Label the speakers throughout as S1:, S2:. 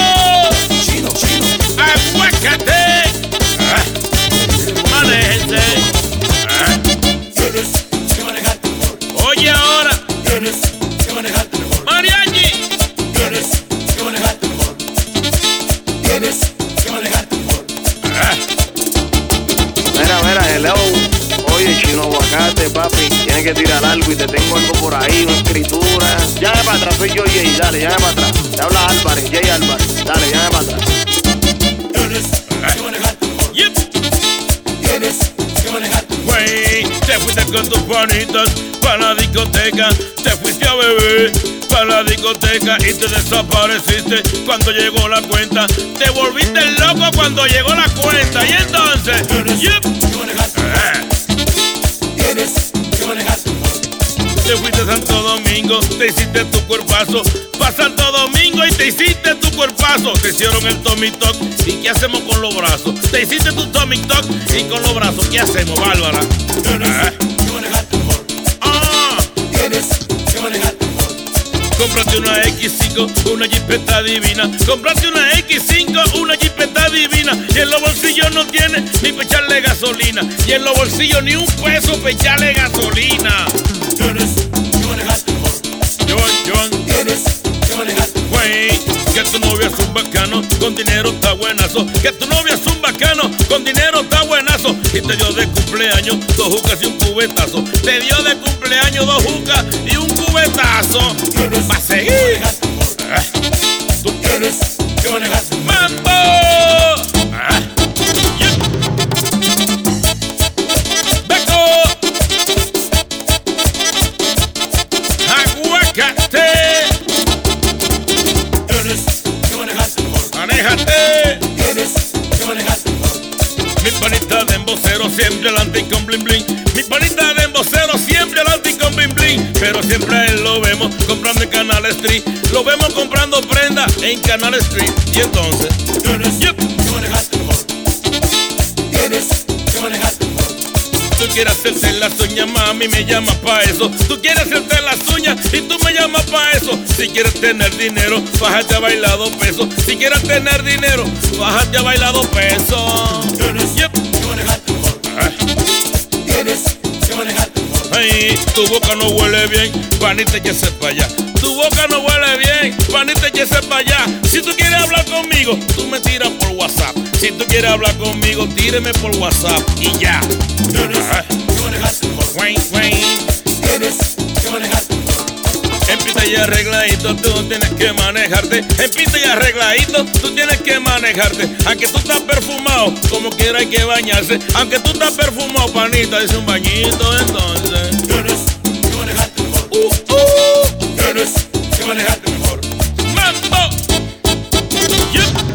S1: Ah,
S2: Tienes que manejarte mejor.
S1: ¡Mariachi!
S2: Tienes que manejarte mejor. Tienes que manejarte mejor.
S3: Mira, mira, hello. Oye, chino aguacate, papi. Tienes que tirar algo y te tengo algo por ahí, una escritura. Llame para atrás, soy yo, Jay. Dale, llame para atrás. Te habla Álvarez, Jay Álvarez. Dale, llame para atrás.
S2: Tienes que manejarte mejor.
S1: Yep.
S2: Tienes que manejarte mejor.
S1: Güey, te fuiste con tus panitas para la discoteca, te fuiste a beber para la discoteca y te desapareciste cuando llegó la cuenta, te volviste loco cuando llegó la cuenta y entonces,
S2: Tienes
S1: yep,
S2: que manejarte mejor.
S1: ah,
S2: Tienes que manejarte mejor.
S1: te fuiste a Santo Domingo, te hiciste tu cuerpazo, pa Santo Domingo y te hiciste tu cuerpazo, te hicieron el Tommy Talk y qué hacemos con los brazos, te hiciste tu Tommy Talk y con los brazos, ¿qué hacemos, Bárbara?
S2: Tienes que manejarte mejor.
S1: Ah.
S2: Tienes que manejarte mejor.
S1: Cómprate una X5, una jipeta divina. Cómprate una X5, una jipeta divina. Y en los bolsillos no tiene ni para echarle gasolina. Y en los bolsillos ni un peso para echarle gasolina.
S2: Tienes que manejarte mejor.
S1: Joan, Joan,
S2: Tienes que manejarte mejor.
S1: güey. Que tu novio es un bacano, con dinero está buenazo. Que tu novio es un bacano, con dinero está buenazo. Y te dio de cumpleaños dos jucas y un cubetazo. Te dio de cumpleaños dos jucas y un cubetazo.
S2: Tienes
S1: Va a seguir.
S2: manejarte mejor.
S1: Ah, tú
S2: Tienes que manejarte mejor.
S1: ¡Mambo! Ah, yeah. ¡Beco! ¡Aguacate!
S2: Tienes que manejarte mejor.
S1: ¡Manéjate!
S2: Tienes que manejarte mejor.
S1: Mi panita de embocero siempre adelante y con bling bling. Mi panita de embocero siempre adelante y con bling bling. Pero siempre a él lo vemos comprando en Canal Street. Lo vemos comprando prenda en Canal Street. Y entonces,
S2: Tienes
S1: Yep.
S2: que manejarte mejor. Tienes que manejarte mejor.
S1: Tú quieres hacerte las uñas, mami, me llamas pa' eso. Tú quieres hacerte las uñas y tú me llamas pa' eso. Si quieres tener dinero, bájate a bailar dos pesos. Si quieres tener dinero, bájate a bailar dos pesos.
S2: Tienes
S1: Yep.
S2: que manejarte mejor.
S1: Ah,
S2: Tienes que manejarte mejor.
S1: ay, tu boca no huele bien, panita, échese pa' allá. Tu boca no huele bien, panita, échese pa' allá. Si tú quieres hablar conmigo, tú me tiras por WhatsApp. Si tú quieres hablar conmigo, tíreme por WhatsApp y ya.
S2: Tienes
S1: Ah.
S2: que manejarte mejor.
S1: Guay, guay.
S2: Tienes que manejarte mejor.
S1: Empieza y arregladito, tú tienes que manejarte. Empieza y arregladito, tú tienes que manejarte. Aunque tú estás perfumado, como quiera hay que bañarse. Aunque tú estás perfumado, panita, dice un bañito entonces.
S2: Tienes que manejarte mejor.
S1: Uh, uh,
S2: Tienes que manejarte mejor.
S1: mambo.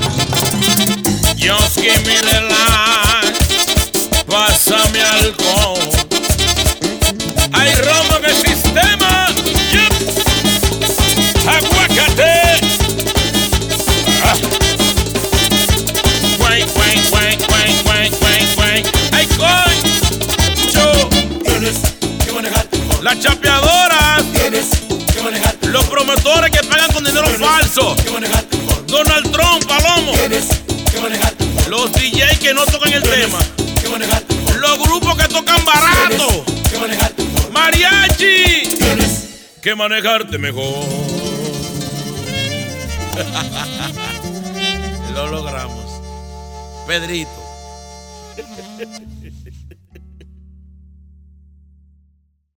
S1: Yup. Just give me the line. Pásame alcohol. Hay romo en el sistema. Yup. Aguacate. Ah. Guay, guay, guay, guay, guay, guay, guay. Ay, concho.
S2: Tienes que manejarte mejor.
S1: Las chapeadoras,
S2: Tienes que manejarte
S1: los promotores que pagan con dinero falso.
S2: que manejarte mejor.
S1: Donald Trump, Palomo.
S2: Tienes que manejarte mejor.
S1: Los DJ que no tocan el tema.
S2: Que manejarte mejor.
S1: Los grupos que tocan barato.
S2: Que manejarte mejor.
S1: Mariachi.
S2: Tienes
S1: Que manejarte mejor. Lo logramos. Pedrito.